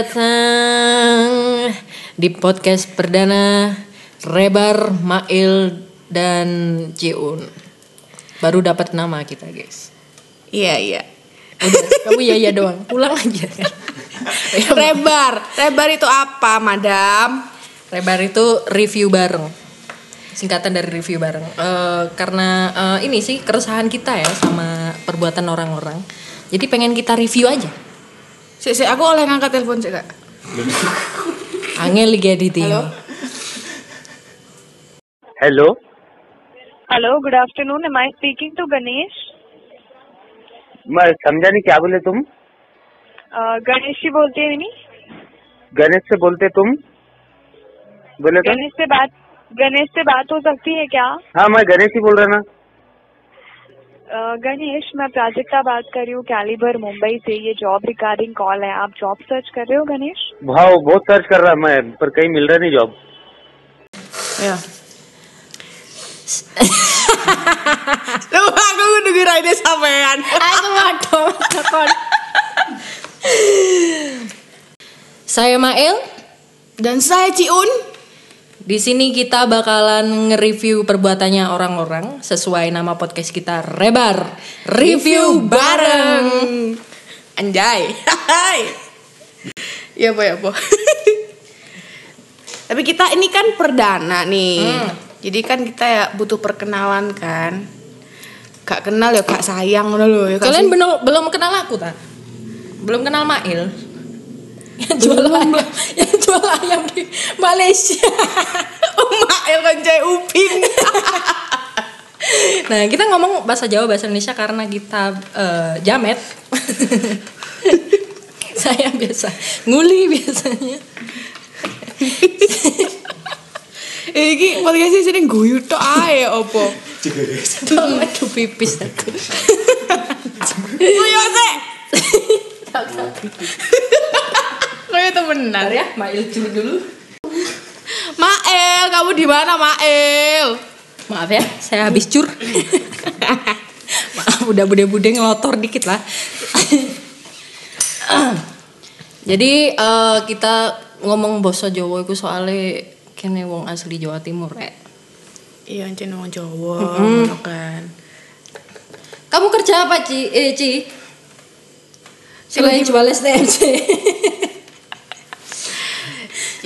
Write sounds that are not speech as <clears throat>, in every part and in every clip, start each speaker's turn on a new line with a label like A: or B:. A: datang di podcast perdana Rebar, Mail, dan Jiun. Baru dapat nama kita, guys.
B: Iya iya.
A: Udah, kamu ya ya doang. Pulang aja <laughs> kan. Ya,
B: Iya, Rebar, rebar itu apa, Madam?
A: Rebar itu review bareng. Singkatan dari review bareng. Eh, karena eh, ini sih keresahan kita ya sama perbuatan orang-orang. Jadi pengen kita review aja.
B: Si, si, aku oleh ngangkat telepon sih kak.
A: Angel Liga di tim.
B: Halo?
C: Hello.
D: Hello good afternoon am I speaking to Ganesh
C: मैं समझा नहीं क्या बोले तुम
D: अ, गणेश जी बोलते हैं नहीं
C: गणेश से बोलते तुम बोले तो
D: गणेश से बात गणेश से बात हो सकती है क्या
C: हाँ मैं गणेश ही बोल रहा ना
D: अ, गणेश Uh, मैं प्राजक्ता बात कर रही हूँ कैलिबर मुंबई से ये जॉब रिगार्डिंग कॉल है आप जॉब सर्च कर रहे हो गणेश
C: भाव बहुत सर्च कर रहा मैं पर कहीं मिल रहा नहीं job
B: <laughs> Iya. Lu aku kudu ini sampean.
A: Aku waduh, Saya Mail.
B: Dan saya Ciun.
A: Di sini kita bakalan nge-review perbuatannya orang-orang sesuai nama podcast kita Rebar Review Bareng.
B: Anjay. Hai. Ya boh ya boh. <laughs> Tapi kita ini kan perdana nih. Jadi kan kita ya butuh perkenalan kan. Gak kenal ya kak sayang udah loh ya Kak
A: Kalian belum belum kenal aku tak? Belum kenal Mail. Yang jual ayam, yang jual ayam di Malaysia. <laughs>
B: Mael kan cai upin.
A: nah, kita ngomong bahasa Jawa bahasa Indonesia karena kita eh, jamet. Saya biasa nguli biasanya.
B: Eh, Iki podcast ini sering guyu tok ae opo.
A: Aduh pipis aku.
B: Guyu sih. Kayak temenan ya.
A: Mail dulu dulu.
B: Mael, kamu di mana Mael?
A: Maaf ya, saya habis
B: <laughs>
A: cur. Maaf, udah bude-bude ngelotor dikit lah. Jadi eh, kita ngomong bahasa Jawa itu soalnya kene wong asli Jawa Timur rek.
B: Iya, anjen wong Jawa, ngono kan.
A: Kamu kerja apa, Ci? Eh, Ci. Selain jual STMC.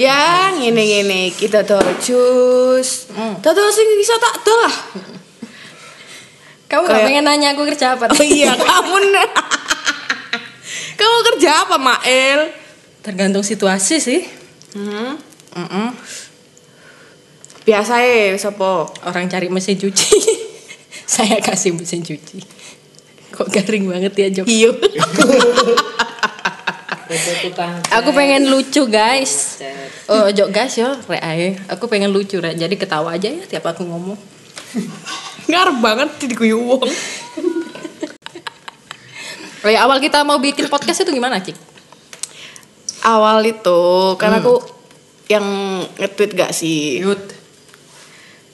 B: Ya, ngene-ngene kita dol jus. Dodol sing iso tak dol lah.
A: Kamu nggak
B: Kayak-
A: pengen nanya aku kerja apa?
B: Oh iya, <laughs> kamu. ne- kamu kerja apa, Mael?
A: Tergantung situasi sih.
B: Hmm.
A: Mm-mm.
B: Biasa e sapa?
A: Orang cari mesin cuci. <laughs> Saya kasih mesin cuci. Kok garing banget ya jokes.
B: <laughs> Iya.
A: Aku pengen lucu guys. Oh, jok guys yo, rek ae. Aku pengen lucu rek. Jadi ketawa aja ya tiap aku ngomong.
B: <laughs> Ngarep banget diguyu wong.
A: Kayak Oh, ya, awal kita mau bikin podcast itu gimana, Cik?
B: awal itu karena aku yang nge-tweet gak sih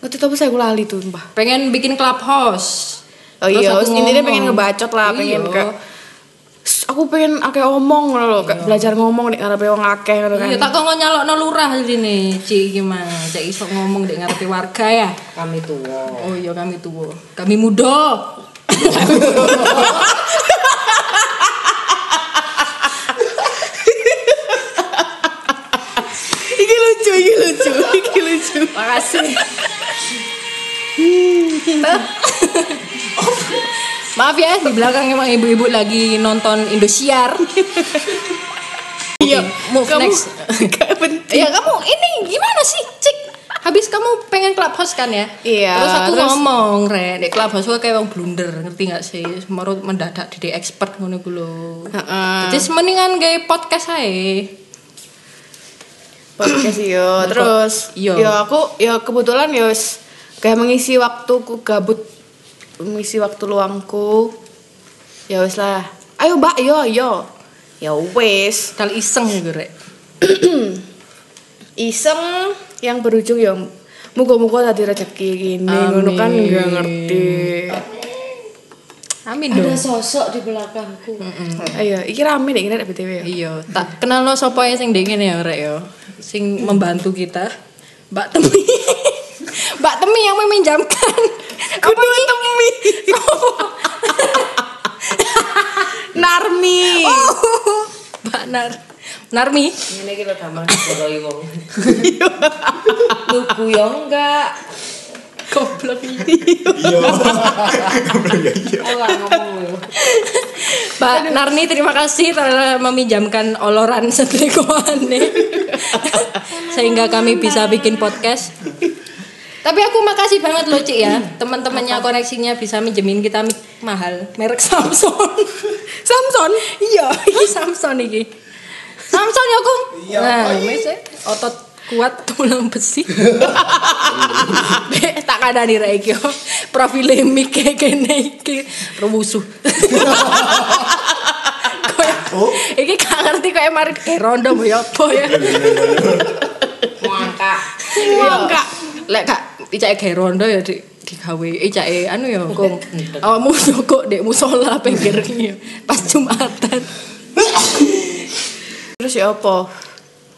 B: nge-tweet apa saya gue lali tuh mbak
A: Pengen bikin clubhouse.
B: oh
A: Terus
B: iya
A: aku
B: terus intinya
A: ngomong.
B: pengen ngebacot lah pengen
A: Iya.
B: kayak Iya. "Ss, aku pengen akeh omong ngono loh kayak belajar ngomong nih karena wong akeh ngono kan
A: Iya, tak kok nyalok lurah di sini, Ci gimana? Cek iso ngomong dek ngarepe warga ya. Kami tua. Oh iya, kami tua. Kami muda.
B: iki lucu iki lucu <laughs> iki lucu
A: Makasih. Tuh. <laughs> Maaf ya, di belakang emang ibu-ibu lagi nonton <laughs> Indosiar.
B: iya
A: move <laughs> next.
B: <laughs> gak penting
A: ya kamu ini gimana sih, Cik? Habis kamu pengen clubhouse kan ya?
B: Iya,
A: Terus aku
B: terus-
A: ngomong, Re, di clubhouse gue kayak orang blunder, ngerti gak sih? Semarut mendadak jadi expert ngono gue lho.
B: Heeh.
A: Jadi mendingan gay podcast aja.
B: podcast yo terus
A: Iya.
B: yo. aku yo kebetulan yo s- kayak mengisi waktuku gabut mengisi waktu luangku ya wes lah ayo mbak yo yo ya wes
A: Kali iseng gitu, gue, Re.
B: iseng yang berujung ya muka-muka tadi rezeki gini ngono kan nggak ngerti
A: Amin dong.
E: Ada sosok di belakangku.
B: Ayo, iki rame nih ngeliat BTW ya.
A: Iya, tak kenal no sapa ae sing dingin ya rek yo. Sing membantu kita. Mbak Temi. <laughs> Mbak Temi yang meminjamkan.
B: <laughs>
A: Kudu Temi.
B: Narmi.
A: Oh. Mbak Nar. Narmi. Iya.
E: Ini kita tambah diboroi wong. Tuku yo enggak.
A: Goblok
E: Ora ngomong ya. lu.
A: Pak Narni terima kasih telah meminjamkan oloran <laughs> setrikoannya sehingga kami bisa bikin podcast. Tapi aku makasih banget loh Cik ya Teman-temannya koneksinya bisa minjemin kita mic mahal Merek Samsung <laughs> Samsung? Iya, ini <laughs> Samsung ini Samsung ya aku Nah, wis ya. otot kuat tulang besi Dek, tak ada nih Raikyo Profile mic kayak gini iki Remusuh Kayak, Iki gak ngerti kayak mari kayak rondo ya apa ya
E: Muangka.
A: Iya, Kak. Lek Kak icake gawe rondo ya Dik digawe icake anu ya <laughs> kok awakmu joko Dek musola pinggir iki ya. pas Jumatan.
B: Terus ya apa?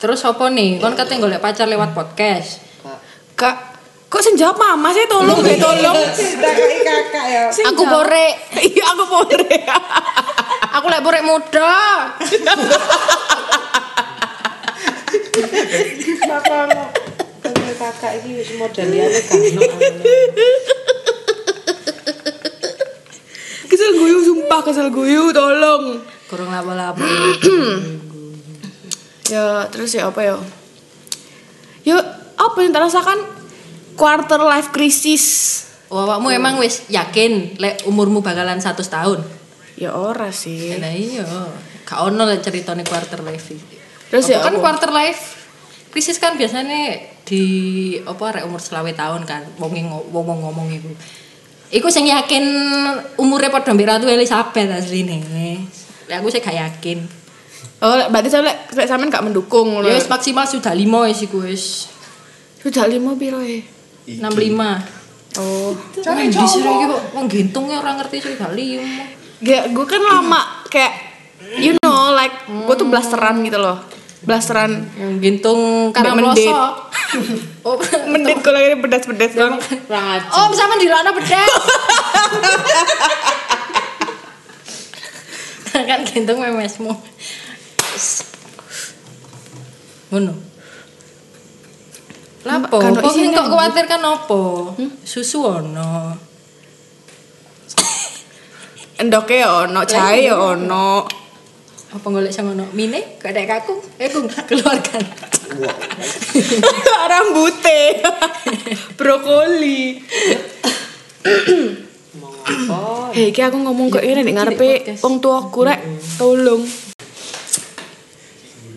A: Terus apa nih? Kon kate golek pacar lewat podcast.
B: Kak, kok sing jawab mama sih tolong gue
E: <laughs>
B: tolong.
E: kakak ya.
A: Aku borek.
B: <laughs> Iya, aku pore.
A: <laughs> Aku lek borek
E: <laughs>
A: muda.
E: Kakak kakak ini wis model ya kan.
B: Kesel guyu sumpah, kesel guyu tolong.
A: Kurang lapo-lapo.
B: Ya, terus ya apa ya? Ya, apa yang terasakan quarter life crisis?
A: Oh, awakmu emang wis yakin lek umurmu bakalan 100 tahun.
B: Ya ora sih.
A: Nah iya. Gak ono lek ceritane quarter life. iki.
B: Terus ya
A: Apa kan
B: apa?
A: quarter life krisis kan biasanya di apa rek umur selawe tahun kan wong ngomong ngomong iku. Iku sing yakin umure padha mbek Ratu Elizabeth asline. Lek aku sih gak yakin.
B: Oh, lek- berarti saya lek lek sampean gak mendukung ngono.
A: Ya wis maksimal sudah 5 wis iku wis.
B: Sudah lima piro ya?
A: 65. Oh. Cari cowok iki kok wong gintung ya ora ngerti sudah 5.
B: Gak, gue kan lama kayak you know like gue tuh blasteran gitu loh. Blasteran
A: Yang gintung karena
B: Mendit.
A: meloso. <laughs> oh,
B: mendit kalau ini pedas-pedas bang.
E: Kurang aja.
A: oh, sama di lana bedak. kan gendong memesmu. Ngono. Lapo,
B: Kan ono
A: kok sing
B: isine,
A: kok kuwatir kan opo? Susu ono.
B: Endoke ya ono, jahe ya ono.
A: Apa golek sing ono? Mine, kok dek aku, eh aku keluarkan.
B: <laughs> Rambute. Brokoli. Hei, iki aku ngomong kok ini nih ngarepe wong tuaku rek. Tolong.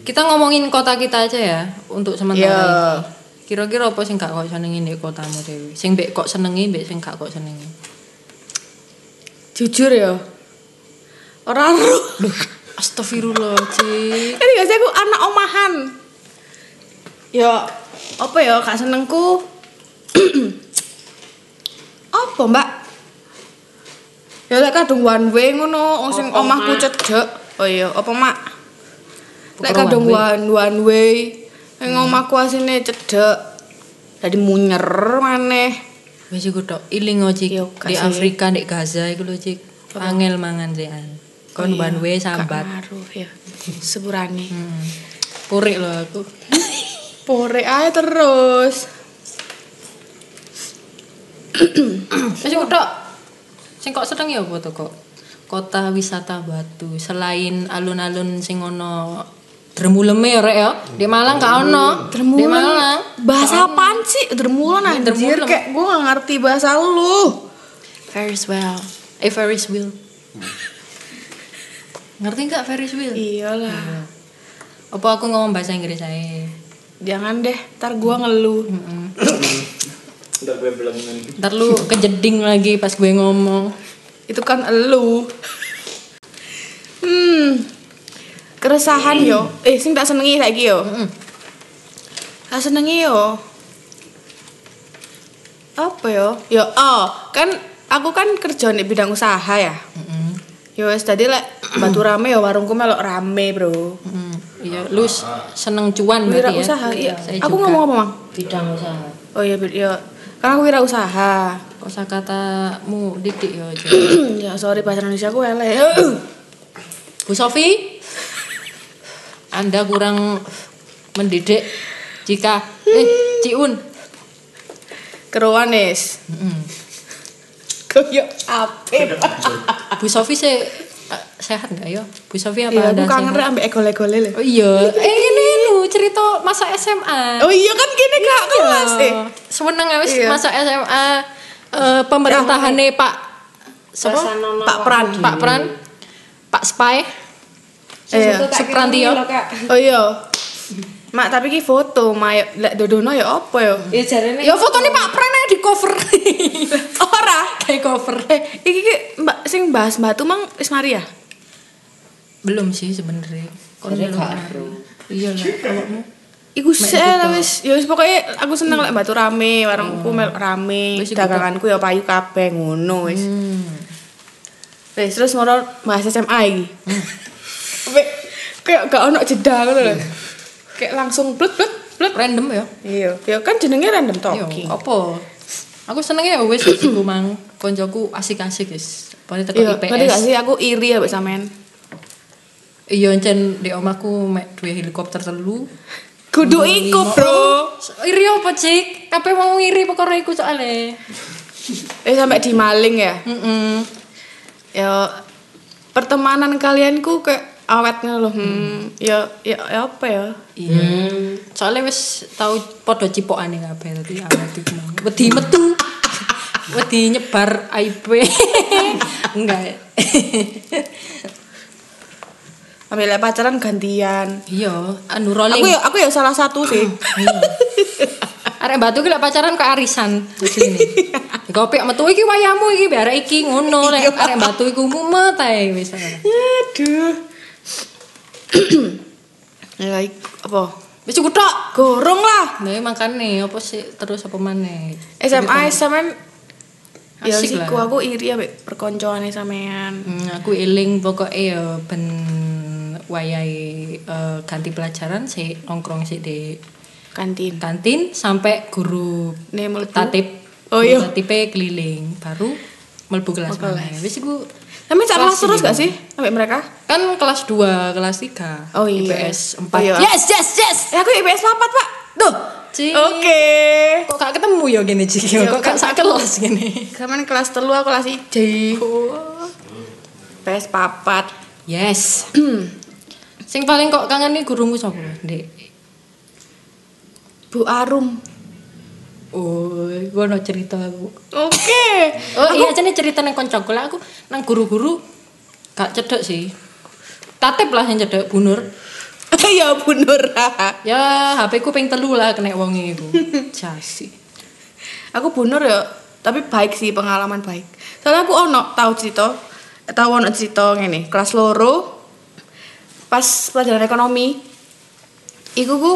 A: Kita ngomongin kota kita aja ya untuk sementara.
B: Ya.
A: ini. Kira-kira apa sing gak kok senengi ndek kotamu dewe? Sing mbek kok senengi, mbek sing gak kok senengi.
B: <laughs> Jujur ya. Ora ro.
A: Astagfirullah, Cik.
B: Ini gak sih aku anak omahan. Ya, apa ya kak senengku? <clears throat> apa mbak? Ya lek kadung one way ngono, wong sing omahku cedek. Oh iya, apa mak? Lek
A: Perlu
B: kadung
A: one
B: one one way, yang omahku asine cedek. Jadi munyer maneh.
A: Wis iku tok iling o cik
B: Iya, gak
A: di
B: sih.
A: Afrika di Gaza iku lho cik. Angel mangan sean. Kon
B: Oh iya,
A: one way sambat.
B: Ngaruh ya. Seburane.
A: Hmm. Purik lho
B: <coughs>
A: aku.
B: Pore ae terus.
A: Wis iku tok. Sing kok seneng ya apa to kok? Kota wisata Batu selain alun-alun sing ono dremuleme ya rek ya. Di Malang gak ono. Di
B: Dermulan.
A: Malang.
B: Bahasa apaan sih? Dermulan anjir.
A: dermulan.
B: Kayak gue gak ngerti bahasa lu. Ferris well.
A: Eh Ferris wheel. Ngerti gak Ferris
B: Iya.
A: wheel?
B: Iyalah.
A: Apa aku ngomong bahasa Inggris aja?
B: Jangan deh, ntar gue ngeluh.
A: Ntar lu kejeding lagi pas gue ngomong.
B: Itu kan elu. hmm. Keresahan yo. Eh, sing tak senengi lagi yo. Tak senengi yo. Apa yo? Yo, oh, kan aku kan kerja di bidang usaha ya.
A: Mm
B: Ya wis tadi lek batu rame ya warungku melok rame, Bro.
A: Iya, lu s- seneng cuan
B: Wira
A: berarti ya.
B: usaha. Iya.
A: Saya
B: Aku
A: juga.
B: ngomong apa, Mang?
F: bidang usaha
B: Oh iya, bir- iya. Karena aku wira usaha.
A: Kosa katamu didik ya. Jo.
B: <clears throat> ya sorry bahasa Indonesia aku elek. <clears throat>
A: Bu Sofi, Anda kurang mendidik jika eh Ciun.
B: Keruan is. <laughs> Koyo ape.
A: Bu Sofi se eh, sehat nggak ya? Bu Sofi apa
B: Ya aku
A: Anda
B: kangen
A: sehat?
B: rek ambek egole-gole lho.
A: Oh iya, eh ini lu cerita masa SMA.
B: Oh iya kan gini Kak kelas eh.
A: Semeneng wis
B: Iya.
A: Oh, masa SMA eh, pemerintahane Pak siapa?
E: Prasanono
A: Pak Pran,
E: Wahudi.
A: Pak Pran. Pak Spy.
B: Iya.
E: Sesuatu tak
A: Suprantio.
E: kirimi lho, Kak.
B: Oh iya. Mak tapi ki foto mak lek dodono ya apa ya?
E: Ya jarene.
A: Ya fotonya Pak Pran aja di <laughs> cover.
B: Ora.
A: Kayak cover.
B: Eh, iki ki Mbak sing bahas batu Mang wis mari ya?
A: Belum sih sebenarnya. Kon belum. Iya lah, awakmu.
B: Iku sih wis ya wis pokoke aku seneng lek batu rame, warungku melok
A: Hmm.
B: rame,
A: Wis iku Hmm. tak-
B: daganganku ya payu kabeh ngono wis. Wis terus moro bahas SMA iki.
A: Hmm.
B: Wek kayak gak ono jeda ngono lho. Kayak langsung blut blut blut.
A: Random ya.
B: Iya, ya kan jenenge random
A: Yo,
B: talking.
A: Apa? Aku senengnya ya wis <clears throat> iku mang koncoku asik-asik guys. Pokoknya teko
B: Iya, ngerti gak
A: IPS.
B: sih aku iri ya mbak sampean.
A: Iya, encen di omahku mek duwe helikopter telu.
B: Kudu iku, Bro.
A: Oh, Iri apa, Cik? Kabeh mau iri perkara iku soalnya.
B: Eh sampai dimaling ya.
A: Heeh.
B: Ya pertemanan kalian ku kayak awet ngono loh. Hmm, ya, ya ya apa ya?
A: Iya. Hmm. Soalnya wis tau podo cipokane kabeh dadi awet iku. mang. Wedi metu. <laughs> Wedi nyebar aib. <laughs> Enggak. <laughs> ya.
B: Ambil lek pacaran gantian.
A: Iya, anu rolling.
B: Aku ya aku ya salah satu sih.
A: Arek batu ki lek pacaran ke arisan
B: <laughs>
A: sini. Kopi metu iki wayahmu iki biar iki ngono lek arek batu iku mumet ae wis.
B: <coughs> Aduh. <coughs> ya ik- apa?
A: Wis cukup tok.
B: Gorong lah.
A: Nah, makane apa sih terus apa maneh?
B: SMA sampean ya
A: Asik
B: sih
A: lah.
B: ku aku iri ambek perkoncoane sampean.
A: Hmm, aku eling pokoknya ya ben wayahe eh, ganti pelajaran sih nongkrong sih di
B: Kantin.
A: kantin sampai guru
B: Nih, mlebu.
A: tatip.
B: Oh,
A: Guru
B: iya.
A: Tatipe keliling baru mlebu kelas maneh. Wis iku
B: Tapi
A: Kelas
B: cak kelas terus
A: ini.
B: gak sih sampai mereka?
A: kan kelas 2, kelas 3
B: Oh, iya.
A: IPS 4
B: Oh, iya.
A: yes yes yes
B: Eh aku IPS 4, Pak. Duh.
A: Ci.
B: Oke.
A: kok gak ketemu ya gini Ci
B: Iya,
A: kok gak sak kelas gini
B: Kapan kelas telu aku kelas IJ. IPS papat. <clears throat>
A: yes sing paling kok kangen nih gurumu sapa Dek
B: Bu Arum.
A: oh gua no cerita aku
B: Oke.
A: oh iya jane cerita nang kancaku lah aku nang guru-guru gak cedek sih tatip lah yang cedek bunur
B: <laughs> ya Bu Nura.
A: ya HP ku ping telu lah kena wongi
B: <laughs>
A: iku jasi
B: Aku Bu Nur ya, tapi baik sih pengalaman baik. Soalnya aku ono tahu cerita, tahu ono cerita ngene, kelas loro pas pelajaran ekonomi. Iku ku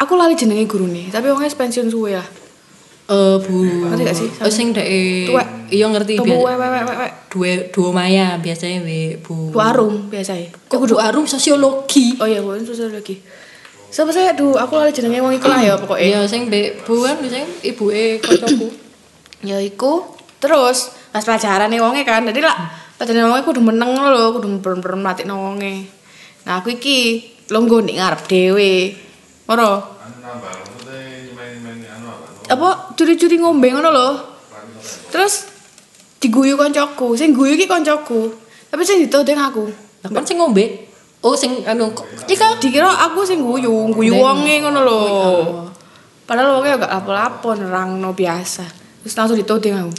B: aku lali jenenge gurune, tapi wongnya wis pensiun suwe lah.
A: eh bu
B: Ngerti gak sih?
A: oh sing dek
B: Tuwek.
A: iya ngerti
B: Temu
A: biar-
B: we we we we- we.
A: dua dua maya biasanya we bu
B: Bu Arum biasanya.
A: kok Bu arum sosiologi
B: Oh iya, Bu Arum susah lagi. Siapa saya? Duh, aku lali jenenge wong iku lah ya pokoknya.
A: iya sing be bu kan sing ibu e kocokku
B: ya iku terus pas pelajaran nih wonge kan jadi lah pelajaran wonge kudu meneng lho kudu meren-meren mati wonge nah aku iki longgo ning ngarep dhewe ora apa curi-curi ngombe ngono lho terus diguyu koncoku sing guyu iki koncoku tapi sing ditodeng aku
A: lah kan sing ngombe oh sing anu kok-
B: Ika dikira aku sing guyu, guyu
A: Ndeng.
B: wonge ngono lho. Padahal wonge gak lapo-lapo nerangno biasa. Terus langsung ditodeng aku.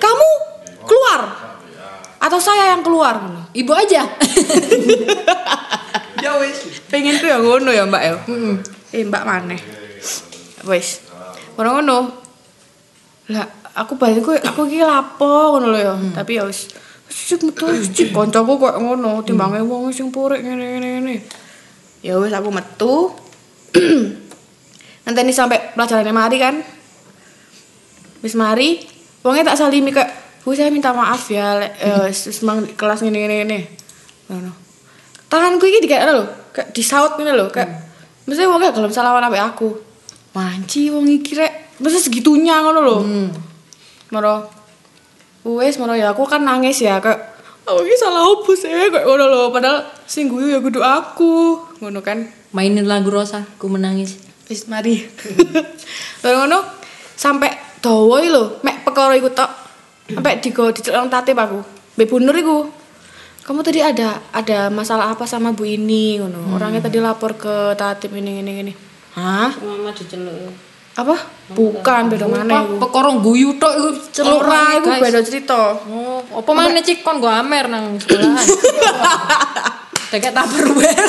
B: Kamu keluar. Atau saya yang keluar ngono.
A: ibu aja <laughs>
B: Ya wis. Pengen ku ya ngono ya, Mbak ya. Eh, Mbak maneh. Wis. Ora ngono. Lah, aku balik ku aku iki lapo ngono lho ya. Tapi ya wis. Wis metu wis, cik kancaku kok ngono, timbange wong sing purik ngene-ngene ngene. Mm. Ya wis aku metu. <clears throat> Nanti sampai pelajarannya mari kan. Wis mari, wongnya tak salimi kayak bu saya minta maaf ya le, eh, semang kelas gini gini gini ngono tanganku ini dikira loh kayak disaut gini loh kayak maksudnya wong gak gelem salaman sampai aku manci wong iki rek maksudnya segitunya ngono loh moro wes moro ya aku kan nangis ya kayak aku ini salah opo sih kayak ngono loh padahal sing guyu ya kudu aku ngono kan
A: Mainin lagu Rosa, ku menangis.
B: Wis mari. <laughs> Lalu ngono sampe dawa iki lho, mek perkara iku tok. Sampe digo dicelong tate aku. Mbek Bu Nur iku. Kamu tadi ada ada masalah apa sama Bu ini ngono.
F: Hmm.
B: Orangnya tadi lapor ke tatip ini ini ini. Hah?
F: Mama diceluk.
B: Apa? Bukan beda mana iku.
A: Pekorong guyu tok iku celuk
B: Ora
A: ra
B: iku
A: iku
B: beda cerita.
A: Oh, apa mana cik kon go amer nang
B: <laughs>
A: sekolahan. Deket Tupperware.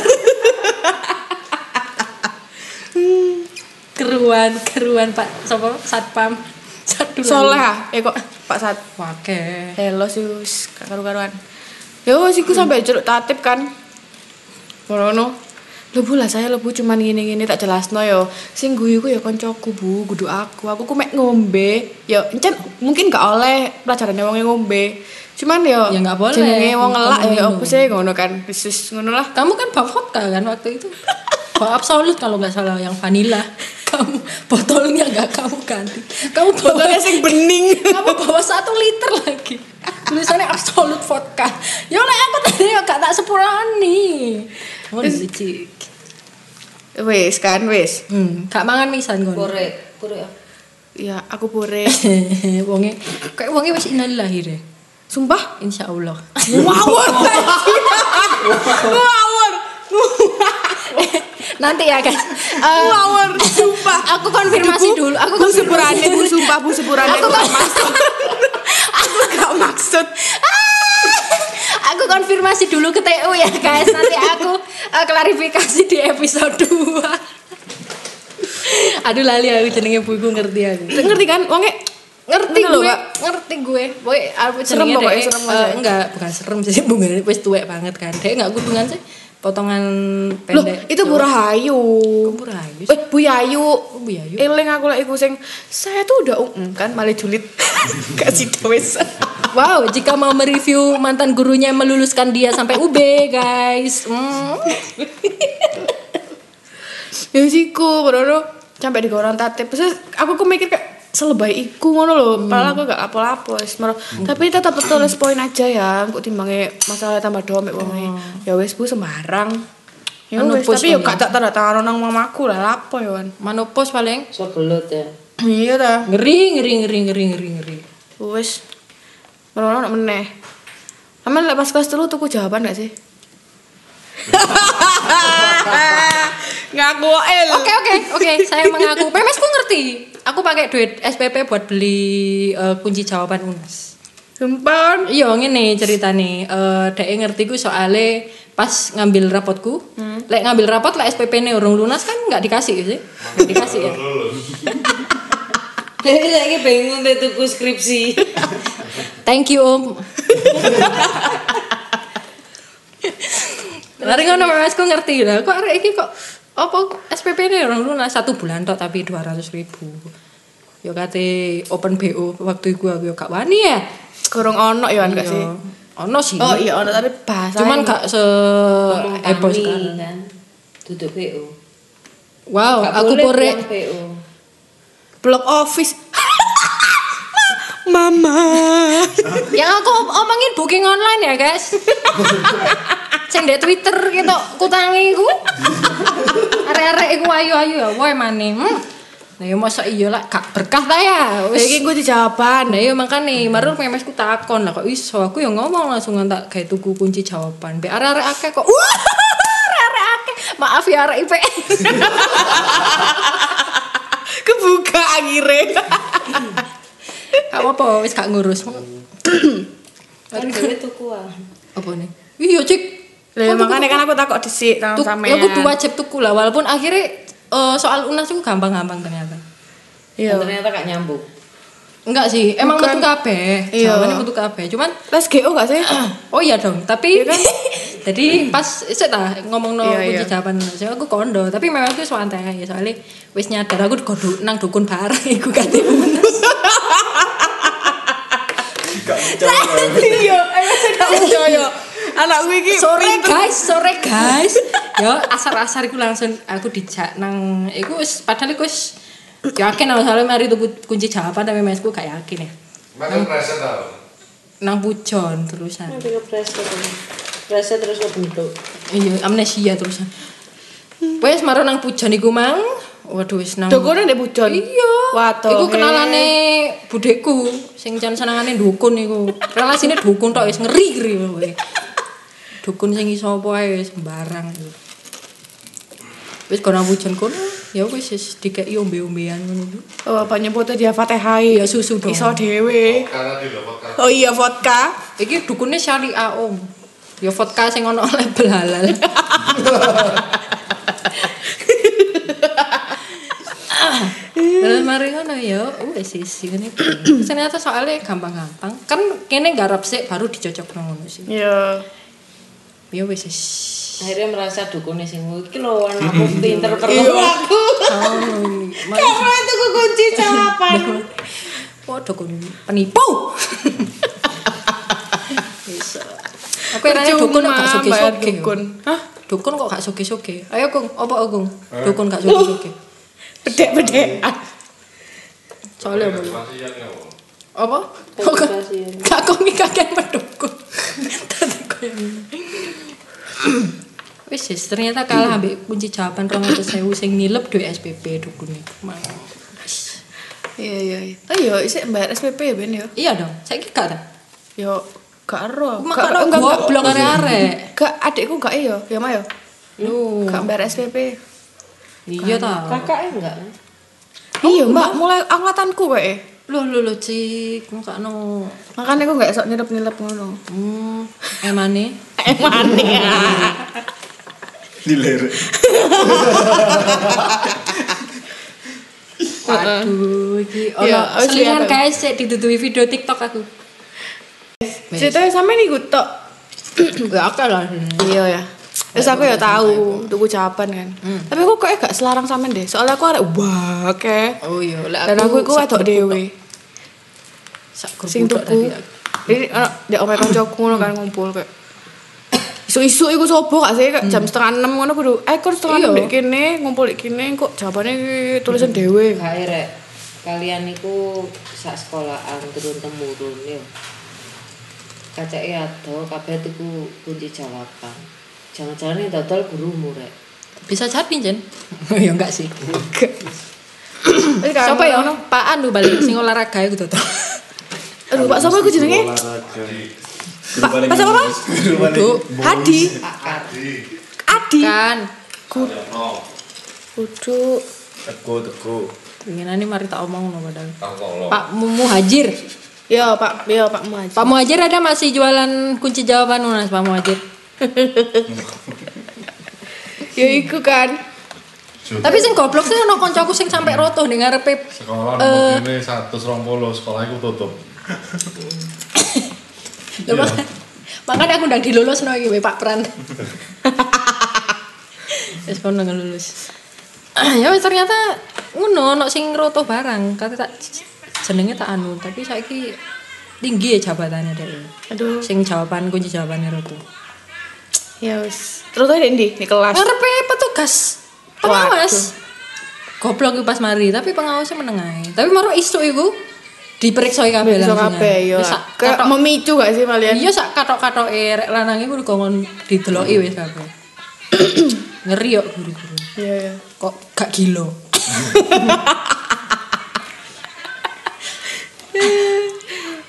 A: keruan, keruan Pak sapa Satpam. Satu
B: Soleh ah, eh kok Pak Sat.
A: Wake.
B: Hello sih wis gak karu-karuan. Ya wis iku sampe jeruk tatip kan. Ngono. Lho Bu lah saya lebu cuman ngene-ngene tak jelasno yo. Sing guyu ku ya kancaku Bu, kudu aku. Aku ku mek ngombe. Ya encen mungkin gak oleh pelajarannya wong ngombe. Cuman yo
A: Ya nggak boleh.
B: Jenenge wong ngelak ya
A: Minum.
B: opo sih ngono kan. Wis wis ngono lah.
A: Kamu kan bab vodka kan waktu itu. Bab absolut kalau nggak salah yang vanilla. Kamu botolnya nggak kamu ganti. Kamu bawa,
B: Botolnya sing bening.
A: kamu bawa satu liter lagi. Tulisannya absolut vodka. Ya oleh aku tadi ya gak tak sepurani. Oh, cik.
B: <laughs> Wis kan wis.
A: Hmm, gak mangan misan ngono.
F: Korek, korek. apa?
B: Ya aku pure.
A: <laughs> wonge kayak wonge wis innalillahi re.
B: Sumpah
A: Insyaallah. <laughs>
B: <laughs> ngawur. Ngawur.
A: Nanti ya guys. Eh,
B: Ngawur sumpah.
A: aku konfirmasi
B: Bu,
A: dulu. Aku
B: bu sepurane, bu sumpah, bu sepurane.
A: Aku
B: Aku
A: gak
B: gak maksud. aku gak maksud.
A: <laughs> aku konfirmasi dulu ke TU ya guys. Nanti aku eh, klarifikasi di episode 2. <laughs> Aduh lali aku jenenge buku ngerti aku.
B: Ngerti kan? Wonge
A: Ngerti
B: Ngono lho,
A: gue,
B: Kak.
A: ngerti gue. Boy, aku
B: Serem
A: jenenge
B: pokoknya,
A: dek,
B: serem
A: eh,
B: aja.
A: enggak, bukan serem sih, <laughs> bunga wis tuwek banget kan. Dek enggak gudungan sih. Potongan
B: Loh,
A: pendek.
B: itu Bu Rahayu.
A: Bu Rahayu.
B: Eh, Bu Yayu.
A: Bu Yayu.
B: Eling aku lek iku sing saya tuh udah um kan malah julid. <laughs> Gak sida wis.
A: Wow, jika mau mereview mantan gurunya meluluskan dia sampai UB, guys. Hmm.
B: Mm. Ya wis iku, Brono. Sampai di gorong tatip. Terus aku ku mikir kayak selebay iku ngono lho. Padahal aku gak lapo-lapo wis. Moro- Tapi tetap tulis poin aja ya, kok timbange masalah tambah domek wonge. Ya wis Bu sembarang. Ya
A: Anu,
B: wis,
A: push
B: tapi yo
A: on
B: gak tak tanda tangan nang mamaku lah lapo yo kan.
A: Manopos paling
F: Sebelut ya.
B: <clears throat> Iya ta.
A: ngeri, ngeri, ngeri, ngeri, ngeri, ngeri.
B: Wis. Merono nak meneh. Aman lek pas kelas telu tuku jawaban gak sih? Ngaku el.
A: Oke, oke, oke. Saya mengaku. Pemesku ngerti. Aku pakai duit SPP buat beli eh, kunci jawaban UNAS.
B: Sumpah.
A: Iya ngene ceritane. Eh dhek ngerti ku soale pas ngambil rapotku.
F: Hmm.
A: Lek ngambil rapot lek SPP-ne urung lunas kan nggak dikasih sih. Nggak dikasih ya.
F: <laughs> Jadi lagi e bingung deh tuku skripsi.
A: Thank you Om. Lari ngono mesku ngerti lah. Kok arek iki kok apa SPP ini orang lunas satu bulan tok tapi 200 ribu. Yo kate open BO waktu itu aku yo gak wani ya.
B: Gorong ono ya kan gak sih?
A: Yo, Ono sih.
B: Oh iya ono tapi bahasa.
A: Cuman gak se heboh sekarang.
F: kan. Duduk PO.
A: Wow,
F: Gak
A: aku
F: boleh
A: pore
F: pulang PO.
B: blok office. Mama.
A: yang aku omongin booking online ya, guys. <laughs> Sing di Twitter gitu, kutangi iku. Arek-arek iku ayu-ayu ya, woi mane. Hmm. Nah, ya masa iya lah, gak berkah ta ya.
B: Ya
A: Wis
B: iki gue jawaban.
A: Nah, ya makane marur memesku takon lah kok iso aku ya ngomong langsung tak kayak tuku kunci jawaban. Be arek-arek akeh kok. Wah, <laughs> arek-arek akeh. Maaf ya arek E. IPS.
B: Kebuka akhirnya.
A: Gak apa-apa, wis gak ngurus.
F: Kan dhewe tuku ah.
A: Apa nih? Iya, Cik.
B: Lah
A: Kon tuku
B: makanya kan aku takut disik sama
A: Tuk,
B: sampean.
A: ya kudu wajib tuku lah walaupun akhirnya eh, soal unas itu gampang-gampang ternyata
B: Iya.
F: Dan Ternyata gak nyambung.
A: enggak sih emang
B: Bukan.
A: metu kabeh
B: Iya.
A: jawabannya metu kabeh cuman
B: Les GO gak sih?
A: oh iya dong tapi
B: Iya kan?
A: <laughs> jadi pas saya tak ngomong no
B: Iya,
A: kunci
B: iya.
A: jawaban saya aku kondo tapi memang aku santai ya soalnya wis nyadar aku <laughs> kondo nang dukun bareng iku kate unas
B: <laughs> Iya, emang sudah percaya. Anak gue iya. iki
A: sore guys sore guys yo asar-asar iku langsung aku dijak nang iku wis padahal iku wis yakin aku soalnya mari tuku kunci jawaban tapi mesku gak yakin ya
G: Mana kerasa tau?
A: nang pujon terusan
F: Tapi ngepresa tuh. Presa terus ngebentuk.
A: iya amnesia terusan wes maro nang pujon iku mang waduh wis nang
B: Dokono ndek bujon.
A: iya
B: Waduh.
A: iku kenalane budekku sing jan senengane dukun iku relasine dukun tok wis ngeri ngeri kowe dukun sing iso apa ae wis barang iku wis kono wujan kono ya wis wis dikeki ombe-ombean ngono iku
B: Oh, apa nyebutnya dia Fatihah ya
A: susu dong.
B: Iso dhewe.
G: Karena di lokal
B: Oh iya vodka.
A: iki dukune syariah om ya vodka sing ono <laughs> label halal Terus mari ngono ya, wis sih ngene. Ternyata soalnya gampang-gampang. Kan kene garap sik baru dicocok nang ngono sih.
B: Iya.
A: Ya wis wis.
F: Akhirnya merasa dukunnya sing iki lho anak aku pinter perlu
B: Iya.
F: aku.
A: Ngono iki. Mari
F: Kamu itu kunci jawaban.
A: Waduh kon penipu. Wis. Aku rene dukun kok gak
B: Percuma bayar
A: soge-soge.
B: dukun. Hah?
A: Dukun kok gak soge-soge. Ayo Kung, apa Kung? Dukun gak soge-soge.
B: Bedek-bedekan.
A: Soalnya apa?
G: masih yang nyawa.
A: Apa? Kok gak- gak komi kakek pendukun. Tadi koyo ngene. Wis wis, ternyata kalah ambek kunci jawaban 200.000 sing nilep duit SPP dukun iku. Mang. Wis.
B: Iya iya. iya. Oh iya, isih bayar SPP ya Ben ya.
A: Iya dong, saiki gak ta?
B: Yo gak ero.
A: Mak karo goblok arek-arek.
B: Gak adikku gak iya, ya mah ya.
A: Lu.
B: Gak bayar SPP.
A: Iya ta.
F: Kakaknya enggak.
A: Oh,
B: Iya, Mbak, mulai angkatanku kok
A: Loh loh loh cik, muka no.
B: Makanya aku gak esok nyelip-nyelip
A: <laughs>
B: ngono.
A: Hmm, emane?
B: Emane.
H: Dilere.
A: Waduh, iki
B: Ya,
A: ono
B: wis
A: selingan
B: lihat aku.
A: guys sik ditutupi video TikTok aku.
B: <laughs> Ceritanya sama nih gue tok.
A: <clears throat> Gak akal lah.
B: Iya ya. Terus aku ya tahu tuku jawaban kan.
A: Hmm.
B: Tapi aku kok gak selarang sampean deh. Soalnya aku arek wah oke.
A: Oh iya, lek
B: Dan aku iku wedok dhewe
A: Sak grup
B: sing
A: tok tadi
B: tuku.
A: aku.
B: Jadi ah, ana ndek omahe kancaku ngono kan ngumpul kayak Isu-isu iku sobo gak sih Kayak jam setengah enam ngono kudu eh kok setengah enam
A: Iya.
B: dek kene ngumpul dek kene kok jawabannya iki tulisan dhewe.
F: Kae rek kalian niku sak sekolahan turun temurun ya. Kacake ado kabeh tuku kunci jawaban. Jangan-jangan yang dodol gurumu rek.
A: Bisa jadi, <laughs> Jen. Ya enggak sih.
B: Jadi kan
A: Siapa ya ono? Pak Anu balik sing olahraga iku to.
B: Aduh, Pak sapa iku jenenge?
H: Pak,
B: Pak sapa, Pak?
A: Duduk.
B: Hadi. Adi.
A: Kan.
B: Kudu
H: Teko, teko.
A: Pengenane mari tak omong no padahal.
G: Tangkolo.
A: Pak Muhajir.
B: Ya Pak, ya Pak Muhaji.
A: Pak Muhajir ada masih jualan kunci jawaban Unas Pak Muhajir.
B: Ya iku kan.
A: Tapi sing <laughs> goblok sih ono koncoku sing sampe roto ning ngarepe
G: Sekolah nomor ini 120, sekolah itu tutup.
B: Iya.
A: Lho, mak- Makanya aku udah dilulus no iki, Pak <laughs> Pran. Wis kono ngelulus. <clears throat> ya wis ternyata ngono ono sing roto barang, kate tak jenenge tak anu, tapi saiki tinggi ya jabatannya dek.
B: Aduh.
A: Sing jawaban kunci jawabannya roto.
B: Ya wis. Terus tadi ndi di kelas.
A: Ngarepe petugas pengawas. Goblok iki pas mari, tapi pengawasnya meneng ae. Tapi maro isuk iku diperiksa kabeh
B: Iso
A: langsung.
B: kabeh ya.
A: Wis sak
B: Kayak
A: katok-
B: memicu gak sih kalian?
A: Iya sak katok-katok erek lanang iku kok ngon dideloki wis kabeh.
B: <coughs>
A: Ngeri yo guru-guru.
B: Iya ya.
A: Kok gak gila.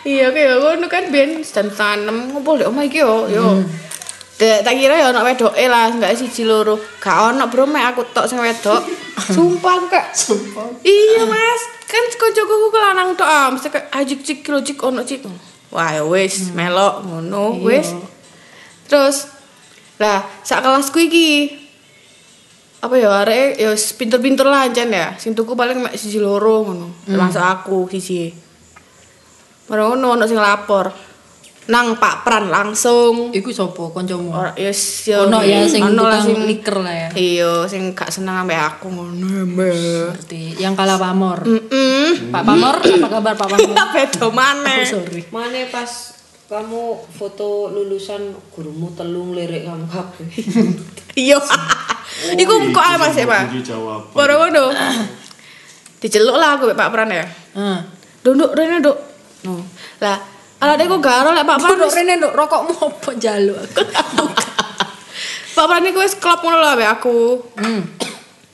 B: Iya kayak ngono kan ben jam tanam ngumpul di omah iki yo. Yo. Dek, tak kira ya ono wedoke lah, enggak siji loro. Gak ono bro mek aku tok sing wedok. Sumpah aku kayak Sumpah. Iya Mas, kan kancaku ku kelanang tok, ah. mesti kayak ajik cik kilo cik ono cik. Wah, ya wis melok ngono, wis. Terus lah sak kelasku iki apa ya arek ya wis pinter-pinter lah ancen ya. Sing tuku paling mek siji loro ngono.
A: Hmm.
B: Termasuk aku siji. Baru ngono ono sing lapor. Nang Pak Pran langsung.
A: Iku sapa kancamu?
B: Ora yes ya.
A: Ono ya sing
B: Ono lah
A: tukang
B: sing
A: liker lah ya.
B: Iya, sing gak seneng ambek aku ngono. mbak.
A: Berarti yang kalah pamor.
B: Heeh. <laughs> <coughs>
A: Pak Pamor, apa kabar Pak Pamor?
B: Beda maneh.
A: Sorry.
F: Mana pas kamu foto lulusan gurumu telung lirik kamu kabeh.
B: Iya. Iku kok ah Mas Pak. Para ngono. Diceluk lah aku mbek Pak Pran ya.
F: Heeh.
B: Dondok rene nduk. No. Lah, alate kok gak ora lek Pak Pran
A: Pondok
B: wis-
A: rene nduk rokokmu opo njaluk aku.
B: <laughs> Pak Pran iku wis klop ngono lah mbek aku.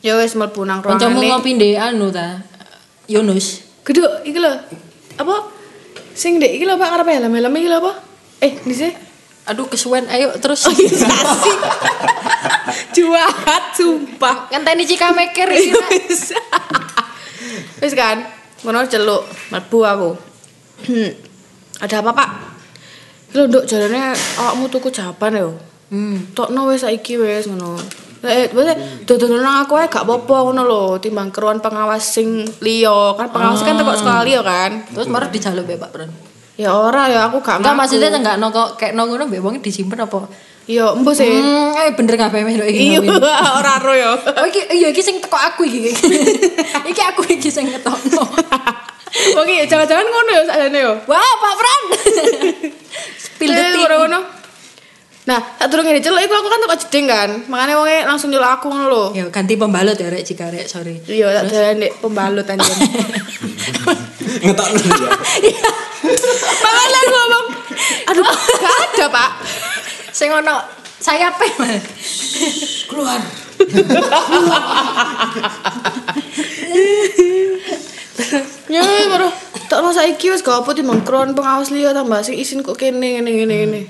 B: Ya wis mlebu nang
A: Kancamu
B: ruangane.
A: ngopi ndek anu ta? Yunus.
B: Geduk iki lho. Apa sing ndek iki lho Pak karep helm-helm iki lho apa? Eh, di sini.
A: Aduh kesuwen ayo terus.
B: Oh, Asik. Juahat sumpah.
A: Ngenteni Cikameker iki. Ra.
B: Wis. Wis kan, ngono celuk, mlebu aku. Ada apa, Pak? Lho, Nduk, jarane awakmu tuku jawaban yo. Hmm, tokno wis saiki wis ngono. Lek wis dodol nang aku ae gak apa-apa ngono lho, timbang keruan pengawas sing liya. Kan pengawas kan tekok sekolah liya kan.
A: Terus marah dijaluk be Pak Pran.
B: Ya ora ya aku gak
A: Enggak
B: ngaku.
A: maksudnya enggak nongko kayak nongko be wong disimpen apa?
B: Ya, embo sih.
A: Hmm, eh bener gak pengen melok iki.
B: Iya, <laughs> ora ro ya. yo.
A: Oh iki iya iki sing teko aku
B: <laughs>
A: iki. iki aku iki sing ngetokno.
B: Oke, jangan-jangan ngono ya sakjane yo.
A: Wah, Pak Pran. Spill the
B: Eh,
A: tea.
B: ora ngono. Nah, tak turun ngene celuk iku aku kan tukok jeding kan. Makane wonge langsung nyeluk aku ngono lho.
A: Ya ganti pembalut ya rek jika rek sorry.
B: <laughs> Iya, tak dalan ndek pembalut <laughs> anjen.
H: Ngetak lu ya.
B: Makane aku ngomong, aduh, Ah, gak ada, Pak.
A: Sing ono sayape Mas. Keluar.
B: Ya, baru tak ono saiki wis gak apa timbang kron pengawas liya tambah sing isin kok kene ngene ngene ngene.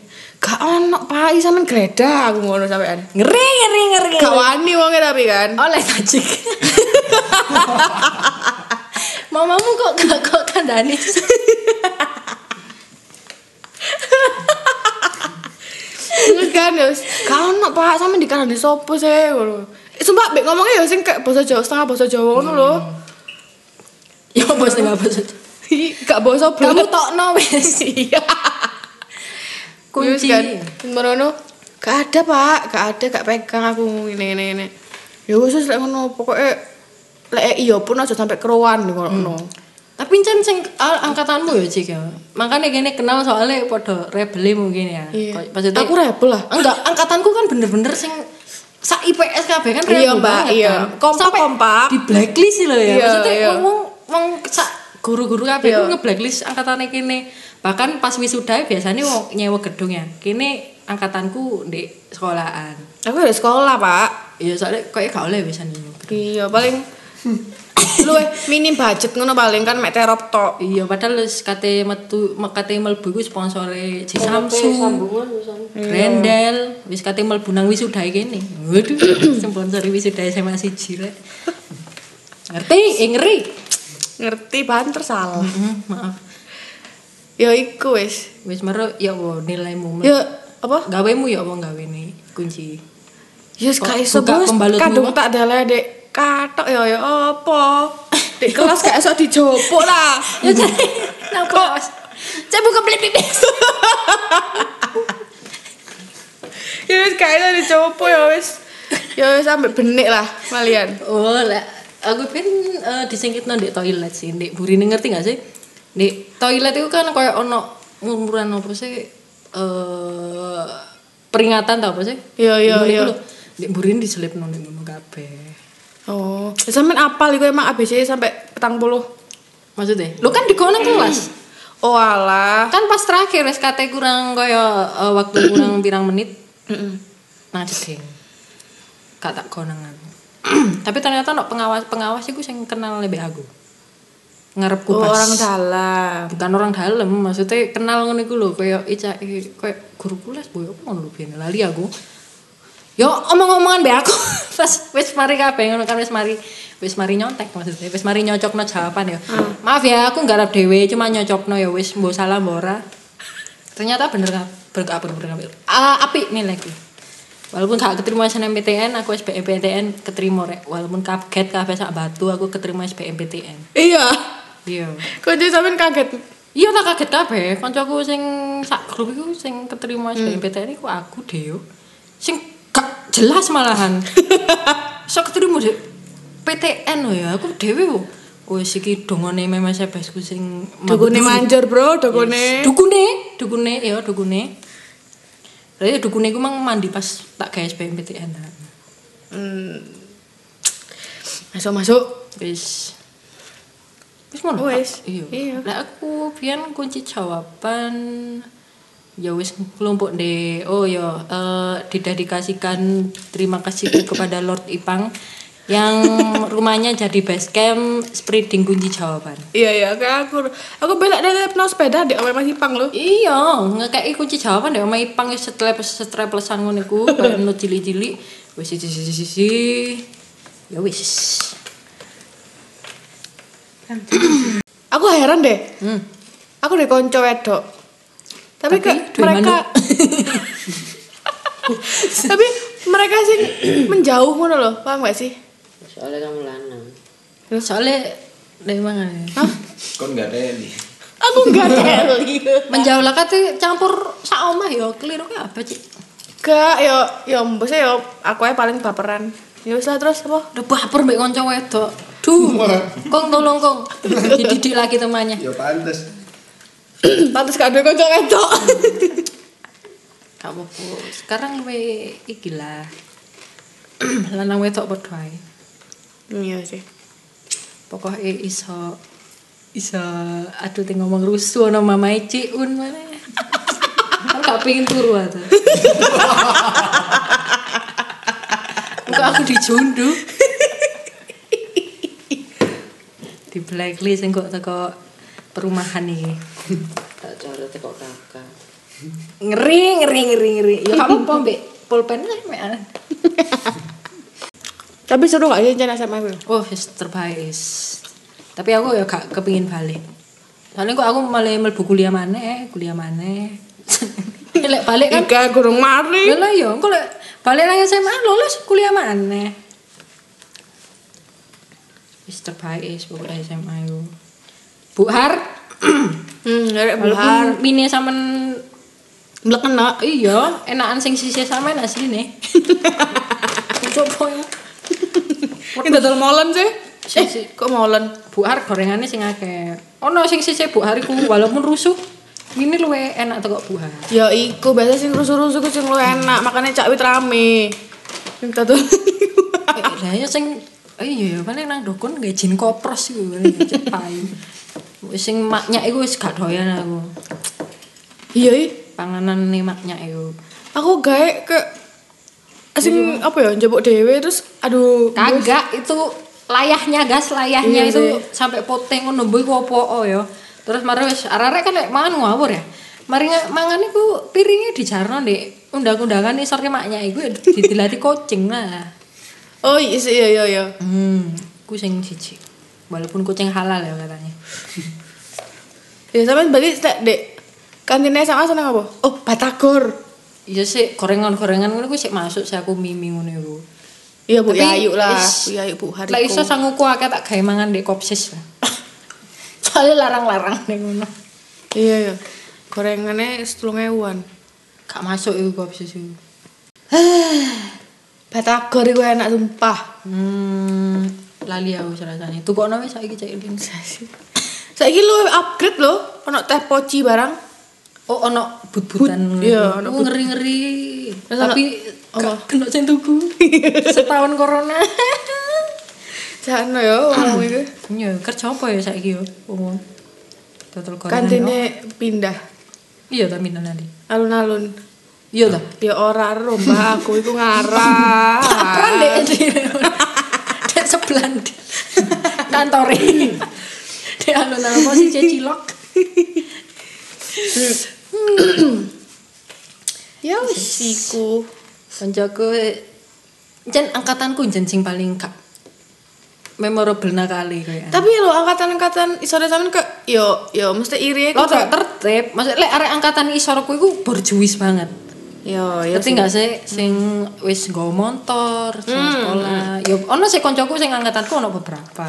B: Gak ono, Pak, sampean gledah aku ngono sampean.
A: Ngeri ngeri ngeri.
B: Gak wani wonge tapi kan.
A: Oleh
B: <laughs>
A: tajik. Mamamu kok kok kok
B: <laughs>
A: kandani.
B: Terus kan ya, wis, gak ono pak, sama di kanan sopo sih ngono. Eh, Sumpah, bek ngomongnya ya sing kayak bahasa Jawa, setengah bahasa Jawa ngono lho.
A: Ya bos enggak bos.
B: Ih, Gak bahasa
A: Hmm. Kamu
B: berat.
A: tokno wis.
B: <laughs> Iya. Terus
A: Kunci.
B: kan, merono, gak ada pak, gak ada, gak pegang aku ini ini ini. Ya wis wis, lek ngono, pokoknya lek iya pun aja sampai keruan nih ngono.
A: Tapi Chan sing al- angkatanmu ya Cik ya. Makanya kene kenal soalnya podo rebeli mungkin ya.
B: Iya.
A: Kok- Maksudnya
B: Aku rebel lah.
A: Enggak, angkatanku kan bener-bener sing sa IPS KB kan rebel
B: Iya, Mbak,
A: banget
B: iya.
A: kan.
B: Kompak,
A: Sampai
B: kompak.
A: Di blacklist sih loh ya.
B: Iya,
A: Maksudnya
B: iya.
A: wong wong sak guru-guru KB
B: Iya.
A: ku nge-blacklist angkatane kene. Bahkan pas wisuda biasanya wong nyewa gedung ya. Kene angkatanku di sekolahan.
B: Aku udah sekolah pak.
A: Iya, soalnya kayaknya gak oleh biasanya.
B: Iya, paling lu minim budget ngono paling kan mek terop tok.
A: Iya, padahal wis kate metu kate mlebu iku sponsore Ji
F: Sampai
A: Samsung.
F: sambungan bisa.
A: Iya. Rendel, wis kate mlebu nang wisuda kene. Waduh, <coughs> sponsori wisuda SMA siji <laughs> rek. Ngerti, eh, ngeri.
B: Ngerti banter salah.
A: Hmm, maaf.
B: Ya iku wis.
A: Wis mero ya apa nilaimu.
B: Ya apa?
A: gawemu ya apa gawene kunci.
B: Ya wis gak iso
A: buka
B: wis
A: pembalutmu
B: kadung
A: apa?
B: tak dalah Dek. Katok ya ya apa? <laughs> Dek kelas gak iso dijopok <laughs> lah.
A: Ya jare nang kelas. Saya buka beli pipis.
B: <laughs> Ya wis gak iso dijopok ya wis. Ya wis sampe benik lah kalian.
A: Oh, lah aku pin eh, disingkitno ndek toilet sih, ndek burine ngerti gak sih? Ndek toilet itu kan koyo ono murmuran apa sih eh peringatan tau apa sih?
B: Iya, iya,
A: Ngono iku
B: iya.
A: lho. Ndek burine diselipno ndek ngono kabeh.
B: Oh, ya sampean apal iku emang ABC E sampe 40.
A: Maksudnya? Lu kan di kono kelas.
B: Oh alah.
A: Kan pas terakhir SKT kurang koyo eh, waktu kurang pirang menit. Nah, ding. Gak tak konangan. <clears throat> Tapi ternyata no pengawas pengawas iku sing kenal lebih aku. Ngarepku
B: Oh,
A: pas.
B: orang dalam.
A: bukan orang dalam maksudnya kenal ngono iku lho kaya Ica eh, kaya guru kuliah boyo apa ngono lho ben lali aku yo omong-omongan be aku <laughs> pas wis mari kabeh ngono kan wis mari wis mari nyontek maksudnya wis mari nyocokno jawaban ya maaf ya aku nggarap dhewe cuma nyocokno ya wis mbok salah mbok ora ternyata bener kan bener bener bener bener Ah, apik nilaiku walaupun gak keterima SNMPTN aku SBMPTN keterima rek walaupun kaget kabeh sak batu aku keterima SBMPTN
B: Iya.
A: iya
B: Kok jadi sampean kaget?
A: Iya tak kaget kabeh, kancaku sing sak grup iku sing keterima SBMPTN iku aku Deo. Sing gak jelas malahan. Sok keterima Dek. PTN lho oh ya, aku dhewe lho. Wis iki dongone memes ku sing
B: Dukune manjur, Bro, dukune.
A: Dukune dukune ya dukune berarti dukune ku mang mandi pas tak gawe SBMPTN
B: Masuk masuk.
A: wis wis ngono Kak?
B: Wis.
A: iya
B: Iya.
A: Lah aku pian kunci jawaban ya wis kelompok de oh ya eh, didedikasikan terima kasih <coughs> kepada Lord Ipang yang rumahnya jadi base camp spreading kunci jawaban
B: Iya iya kayak aku aku belak dari no sepeda di awal masih pang lo.
A: Iya, ngekeki kunci jawaban deh sama Ipang ya setelah setelah pelesan ngono <coughs> iku bae no cili-cili. Wis sisi sisi sisi. Ya wis.
B: Aku heran deh. Aku deh konco wedok. Hmm.
A: Tapi
B: Tapi, ke,
A: duwe
B: mereka <laughs> tapi mereka <clears throat> sih menjauh ngono loh, paham gak sih?
F: Soalnya kamu lanang.
A: Soalnya dari mana? ya?
H: Kon nggak teli.
B: Aku nggak teli. <laughs>
A: Menjauh lah kate campur sak omah ya keliru kabeh, Cik.
B: Gak, yo, yo, mbak yo, aku aja paling baperan. Ya wis lah terus apa? <clears throat>
A: Udah baper mbek kanca wedok. Duh, Kong tolong Kong. Dididik lagi temannya.
H: Ya pantes.
B: Pantes gak ada konco wedok.
A: Gak apa-apa. Sekarang we iki lah. <clears throat> Lanang wedok padha ae.
B: Iya sih.
A: pokoknya iso iso aduh ting ngomong rusuh no mama Eci un mana kan gak pengen turu atau Enggak aku dijundu di blacklist yang kok teko perumahan nih
F: Tak cara tekok kakak.
A: ngeri ngeri ngeri ngeri ya kamu apa mbak pulpen lah Mbak.
B: Tapi seru gak sih rencana SMA gue?
A: Oh, is terbaik. is. Tapi aku ya gak kepingin balik. Soalnya kok aku malah mlebu kuliah mana, kuliah mana. <laughs> Lek balik kan.
B: Iga gurung mari.
A: Ya lah ya, engko lek balik lagi SMA lulus kuliah mana. Wis terbaik is pokoknya SMA yo. Bu Har,
B: Hmm, dari buhar.
A: walaupun mini sampean
B: Belak kena.
A: iya, enakan sing sisih sampean asline.
B: <laughs>
A: Coba ya.
B: Ini dadal molen sih.
A: Sih,
B: Eh,
A: sih.
B: kok molen?
A: Bu Har gorengannya sing akeh. Ono sing sisih Bu Har iku walaupun rusuh, mini luwe enak teko Bu Har.
B: Ya iku biasa sing rusuh-rusuh ku sing lu enak, makanya cak wit rame. Sing dadal.
A: Eh, <laughs> Lah ya sing eh, iya ya paling nang dukun gak jin kopros iku paling cepai. Sing maknya iku wis gak doyan aku.
B: <laughs> Iya, iya.
A: Panganan nih maknya iku.
B: Aku gawe ke sing apa ya njebok dhewe terus aduh
A: Kagak itu layahnya gas layahnya
B: Iya
A: itu
B: sih.
A: sampai poteng ngono mbok iku opo ya. Terus mari wis arek kan lek mangan ngawur ya. Mari nge- mangan iku piringnya dijarno Dek. Undang-undangan isornya maknya iku ya didilati kucing lah.
B: Oh iya sih, iya iya iya.
A: Hmm, kucing siji. Walaupun kucing halal ya katanya.
B: Ya sampean berarti tak Dek. Kantinnya sama seneng apa? Oh, batagor.
A: Iya sih, gorengan-gorengan ngono ku sik masuk sih aku mimi ngono iku.
B: Iya Bu
A: Tapi,
B: Yayu lah,
A: ish,
B: Bu Yayu Bu Hariko.
A: Lek iso sanguku akeh tak gawe mangan di kopsis lah. Soalnya larang-larang ning ngono.
B: Iya iya. Gorengannya setulung ewan.
A: Gak masuk iku kopsis iku.
B: Batagor iku enak sumpah.
A: Hmm, lali aku rasane. Tukokno wis saiki cek link.
B: Saiki lu upgrade loh, ono teh poci barang.
A: Oh, ono but-butan.
B: But- iya, ono
A: ono
B: but-
A: ngeri-ngeri.
B: Terus
A: Tapi
B: ono-
A: gak
B: apa?
A: kena sing tuku. Setahun corona.
B: Sakno ya <coughs> wong iku.
A: Iya, kerja apa ya saiki yo? Wong. Total corona.
B: Kantine pindah
A: Iya, tapi nanti.
B: alun-alun.
A: Iya ta.
B: Ya ora ro, Mbak, aku iku ngarah.
A: Tapran dek dek sebelah dek. kantore dek alun-alun apa sih Cek cilok
B: Ya wis iku.
A: kancaku jen angkatanku jen sing paling gak memorable nakali kaya
B: Tapi lo angkatan-angkatan isore sampean ke yo yo mesti iri ya gitu.
A: lo
B: iku.
A: gak tertib maksud lek arek angkatan isorku iku borjuis banget
B: Yo yo.
A: ngerti gak sih sing
B: Hmm.
A: wis nggo motor sing sekolah yo ono sih koncoku sing angkatanku ono beberapa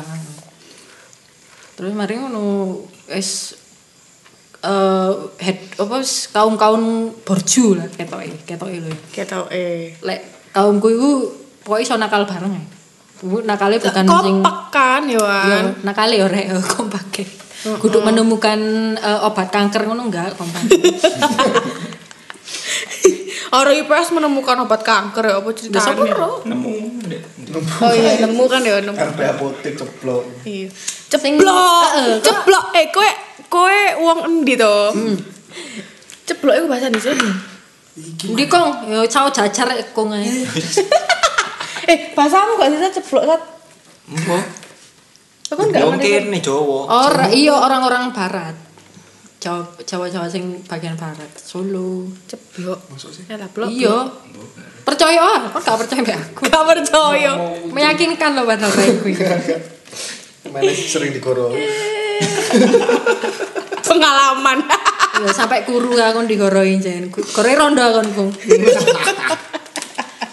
A: terus mari ngono wis eh head apa wis kaum-kaum borju lah ketoke ketoke lho ya.
B: Ketok eh.
A: lek kaumku iku pokoke iso nakal bareng ya Bu, nakale bukan sing Iya,
B: Kompak kan Oh, yo
A: yo
B: an.
A: nakale yo rek yo kompake Kudu menemukan eh, obat kanker ngono enggak, kompan.
B: <laughs> Orang IPS menemukan obat kanker ya apa ceritanya?
H: nemu
B: Oh iya, nemu kan ya, nemu.
H: RP apotek ceplok
B: Iya. Ceplok, ceplok. Eh, kowe kowe wong endi to? Ceplok iku bahasa Indonesia. endi?
A: Ndi kong, yo cao jajar rek kong
B: Iya,
A: ae.
B: Eh, bahasamu kok bisa ceplok kan?
H: Mbok.
B: Aku kan enggak
H: Yo
B: ngerti.
H: kene Jawa.
A: Ora iya orang-orang barat. Jawa Jawa-Jawa sing bagian barat, Solo.
B: Ceplok. Ya lah, blok.
A: Iya. Percaya ah, kok gak percaya mbak aku.
B: Gak percaya.
A: Meyakinkan loh bahasa saya kuwi.
H: Mana sering digorong.
B: Pengalaman.
A: Yo sampai kuru aku digoroi jan. Gore rondo aku kong.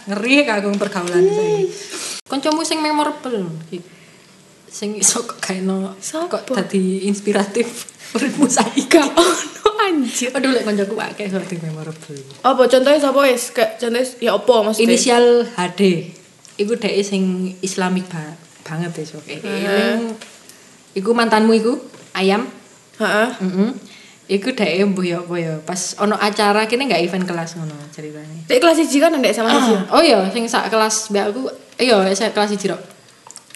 A: Ngeri kagum pergaulan saya. Kancamu sing memorable iki. Sing iso kok gak eno kok
B: Sopo?
A: dadi inspiratif uripmu saiki.
B: Ono anjir.
A: Aduh lek kancaku akeh sing dadi memorable.
B: Apa contohnya sapa wis? Kayak contohnya ya apa maksudnya?
A: inisial HD iku dhek sing islamik ba- banget ya sok eling iku mantanmu iku ayam
B: Heeh.
A: heeh iku dhek mbuh ya apa ya pas ono acara kene nggak event kelas ngono ceritanya
B: Dek kelas 1 kan ndek sama siji.
A: oh iya sing sak kelas mbak aku iya sak kelas 1 rok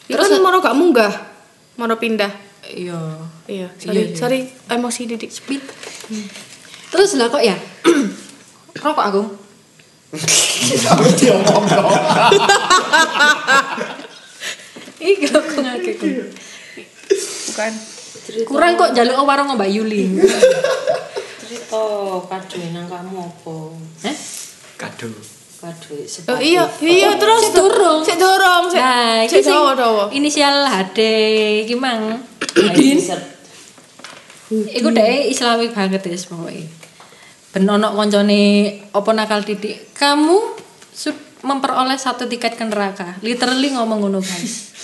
B: Terus kan mau gak munggah. Mau pindah.
A: iya
B: Iya,
A: Iya,
B: sorry,
A: iya.
B: sorry emosi Didik.
A: split terus lah kok ya <clears throat> rokok aku Iki aku ngake
B: Bukan.
A: Kurang kok jaluk warung Mbak Yuli.
F: cerita kadoe nang kamu apa
A: Hah?
H: Kado.
F: kadoe
B: Oh,
F: sebab
B: iya, iya
A: sik
B: terus
A: durung.
B: Sik durung, sik.
A: Nah, iki
B: sik
A: sing
B: dawa dawa.
A: inisial HD iki mang.
F: Lagi set-
A: Iku dhek islami banget ya pokoke. Ben ono koncone apa nakal titik. Kamu sud- memperoleh satu tiket ke neraka. Literally ngomong ngono guys.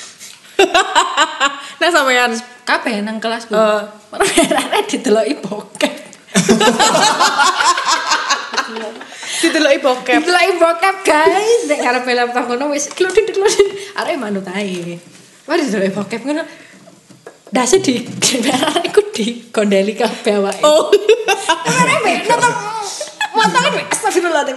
B: Nah, sampean
A: Kabeh nang kelas gue.
B: Eh.
A: Mereka diteloki bokep.
B: diteloki bokep.
A: Diteloki bokep guys. Nek karepe laptop ngono wis kludin kludin. Arek manut ae. Mari diteloki bokep ngono. Dase di <laughs> arek iku digondeli kabeh awake.
B: Oh. <laughs>
A: Rebe, nonton
B: kan
A: motor rebe. Astagfirullahaladzim,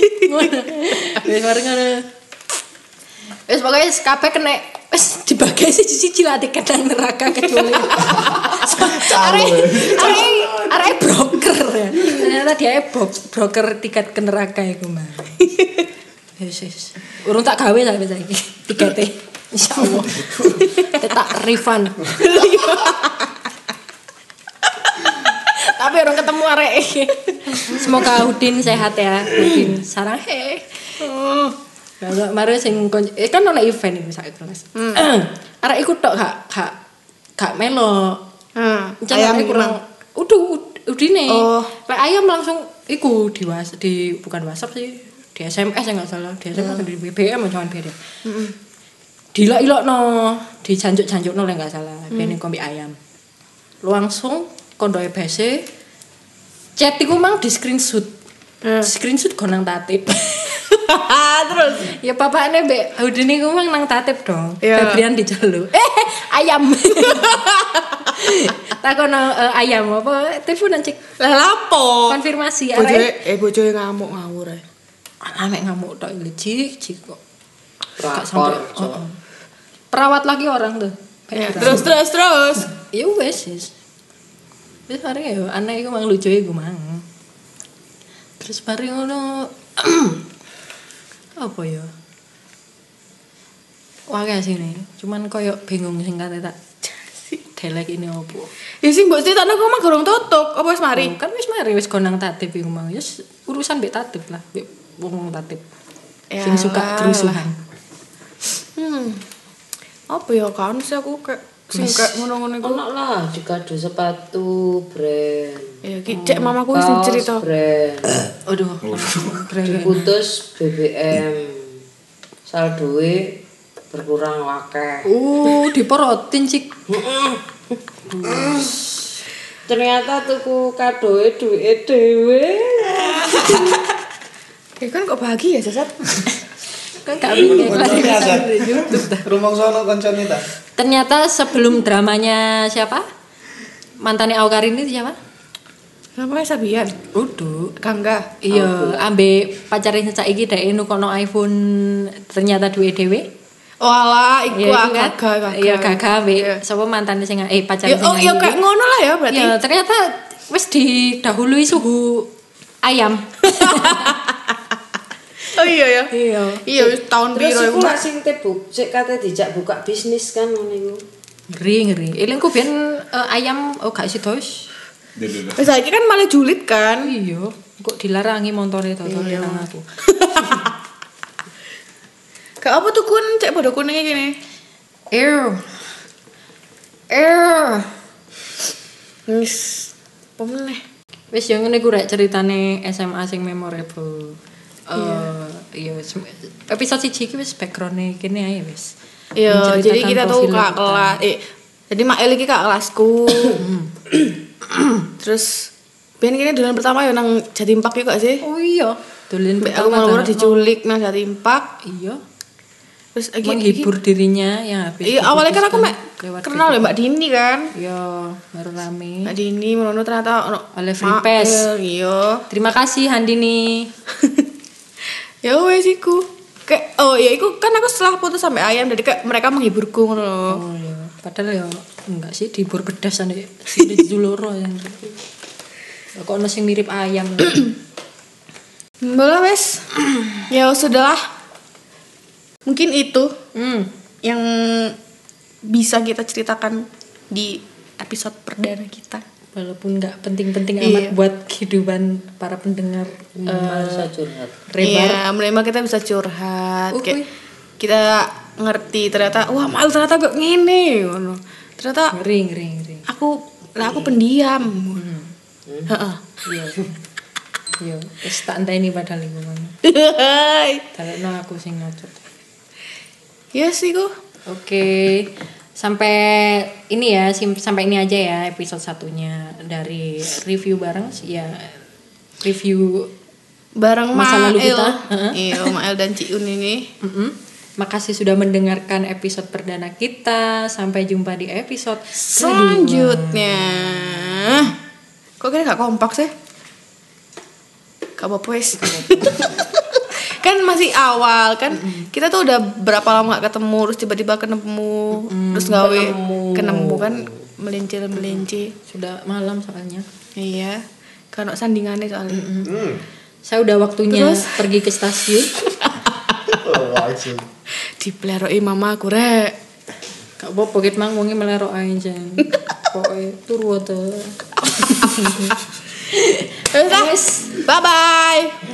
A: astagfirullahaladzim. Wis bareng ngono. Wis pokoknya kabeh kena wis dibagai siji-siji lah tiket nang neraka kecuali. Are are are broker ya. Ternyata dia bo- broker tiket ke neraka iku mah. Yes, yes. Urung tak gawe sampe saiki tikete. Insyaallah. Tak refund.
B: Tapi orang ketemu arek.
A: Semoga Udin sehat ya. Udin sarang he. Kalau kemarin sing kon- eh, kan ono event iku sak kelas. <clears throat> Arek iku tok gak gak gak melo.
B: Hmm.
A: Encen arek kurang udu ud- udine.
B: Oh.
A: Pak ayam langsung iku di was- di bukan WhatsApp sih. Di SMS ya nggak salah. Di SMS atau di BBM jangan beda. Dilok-ilokno, dijanjuk-janjukno lek nggak salah. Bene kombi ayam. Langsung kondoe base chat iku mang di screenshot screenshot go nang tatip
B: Hmm. <laughs> Terus
A: ya papane mbek Udin iku mang nang tatip dong
B: Iya.
A: Febrian dijaluk <laughs> eh ayam
B: <laughs>
A: takono eh, ayam apa teleponan cek
B: lah lapo.
A: konfirmasi
B: Bojoe
A: arek
B: eh bojoe ngamuk ngawur ae.
A: anak mek ngamuk tok iki cik cik kok Gak
F: Pelakor,
A: sampai- oh, oh. perawat lagi orang tuh
B: Ya, terus terus terus.
A: ya wes wes wes mari ya aneh iku mang lucu iku mang terus mari ngono <clears throat> apa ya wah kayak sini cuman koyo bingung sing kate tak delek ini opo
B: Ya sing mbok critakno kok mah gorong tutup. Apa wis mari?
A: Oh, kan wis mari wis konang tatip iku mang wis urusan mbek tatip lah mbek wong tatip sing
B: Yalah.
A: suka kerusuhan
B: Hmm. Apa ya kan sih aku kayak sing kayak ngono-ngono iku.
F: ono lah dikado sepatu brand
B: Ya ki cek mamaku sing
A: Oh,
F: kaos
B: cerita.
F: brand
A: aduh
F: diputus BBM saldoe e berkurang wakeh
A: uh diporotin cik
F: ternyata tuku kadoe duwe dhewe
B: Ya kan kok bahagia ya, Sasat?
A: Kan gak mikir lagi.
H: Rumah sono koncone ta.
A: Ternyata sebelum dramanya siapa? Mantannya Aukarin itu siapa?
B: Namanya Sabian.
A: Udu.
B: Kangga.
A: Iya, ambe pacare saiki dhek nukono iPhone ternyata duwe dhewe.
B: Oh ala, iku
A: Iya,
B: aku gagah.
A: kan? Iya, gagawe. Sapa mantannya sing eh pacare
B: Ya,
A: sing
B: oh ya kayak ngono lah ya berarti.
A: Ya, ternyata wis didahului suhu ayam.
B: Oh iya ya.
A: Iya.
B: Iya wis tahun
F: Terus
B: piro
F: iku
B: iku.
F: lak sing te bu, sik kate dijak buka bisnis kan ngono iku.
A: Ngeri, ngeri. Eling ku ben eh, ayam oh gak sido wis.
B: Wis saiki kan malah julid kan.
A: Iya, kok dilarangi montore totole nang aku.
B: Kayak apa tuh kun cek padha kuningnya gini.
A: Ew. Ew.
B: Wis. Pemeneh.
A: Wis
B: ya
A: yo ngene ku rek ceritane SMA sing memorable. Eh iya wis episode siji iki wis background-e kene ae wis.
B: Iya,
A: Menceritakan
B: jadi kita tuh
A: profil
B: kak
A: kita.
B: kelas. Eh, jadi Mak Eli ki kak
A: <coughs>
B: kelasku. Terus Ben kini duluan pertama ya nang Jatimpak yuk gak sih?
A: Oh kan? iya, dolen
B: Mbak aku malah diculik nang Jatimpak.
A: Iya,
B: Terus iki-
A: menghibur dirinya yang habis.
B: Iya, awalnya kan aku
A: diputuskan
B: mek
A: lewat
B: kenal ya Mbak Dini kan.
A: Iya, baru rame.
B: Mbak Dini merono ternyata ono
A: Oleh Free
B: Mak
A: Pass.
B: El, Iya. <laughs>
A: Terima kasih Handini.
B: ya wes iku kayak oh ya iku kan aku setelah putus sampai ayam jadi kayak mereka menghiburku ngono loh
A: Oh iya, padahal ya enggak sih dibur pedas
B: <laughs>
A: ane sini duluro yang. Lah, Kok ono sing mirip ayam.
B: boleh wes ya sudahlah mungkin itu
A: hmm.
B: yang bisa kita ceritakan di episode perdana kita
A: Walaupun nggak penting-penting
B: Iya.
A: amat buat kehidupan para pendengar eh,
F: Masa curhat.
A: Rebar.
B: Iya, mereka kita bisa curhat
A: Uhuy.
B: kayak kita ngerti ternyata wah mal ternyata kok ngene ngono ternyata
A: Ngeri, ngeri, ngeri.
B: aku lah aku pendiam Heeh. <laughs>
A: Iya. Iya, wis tak enteni padahal iku mang. Dalekno aku sing ngocot.
B: ya sih kok
A: Oke, sampai ini ya, sim- sampai ini aja ya episode satunya dari review bareng ya review.
B: bareng
A: Masa
B: Mael.
A: lalu kita. Heeh.
B: Iya, Mael dan Ciun ini.
A: Mm-mm. Makasih sudah mendengarkan episode perdana kita. Sampai jumpa di episode
B: Selanjutnya. Kok kayaknya gak kompak sih? Gak apa-apa wes. kan masih awal kan kita tuh udah berapa lama gak ketemu terus tiba-tiba ketemu terus gawe ketemu kan melincir melincir
A: sudah malam soalnya.
B: iya karena sandingannya soalnya
A: Saya udah waktunya
B: Terus?
A: pergi ke stasiun.
H: Wajib.
B: dipleroi mama aku rek
A: Gak apa-apa, kita mang wongi melerok aja. Pokoknya <laughs> turu wae.
B: bye bye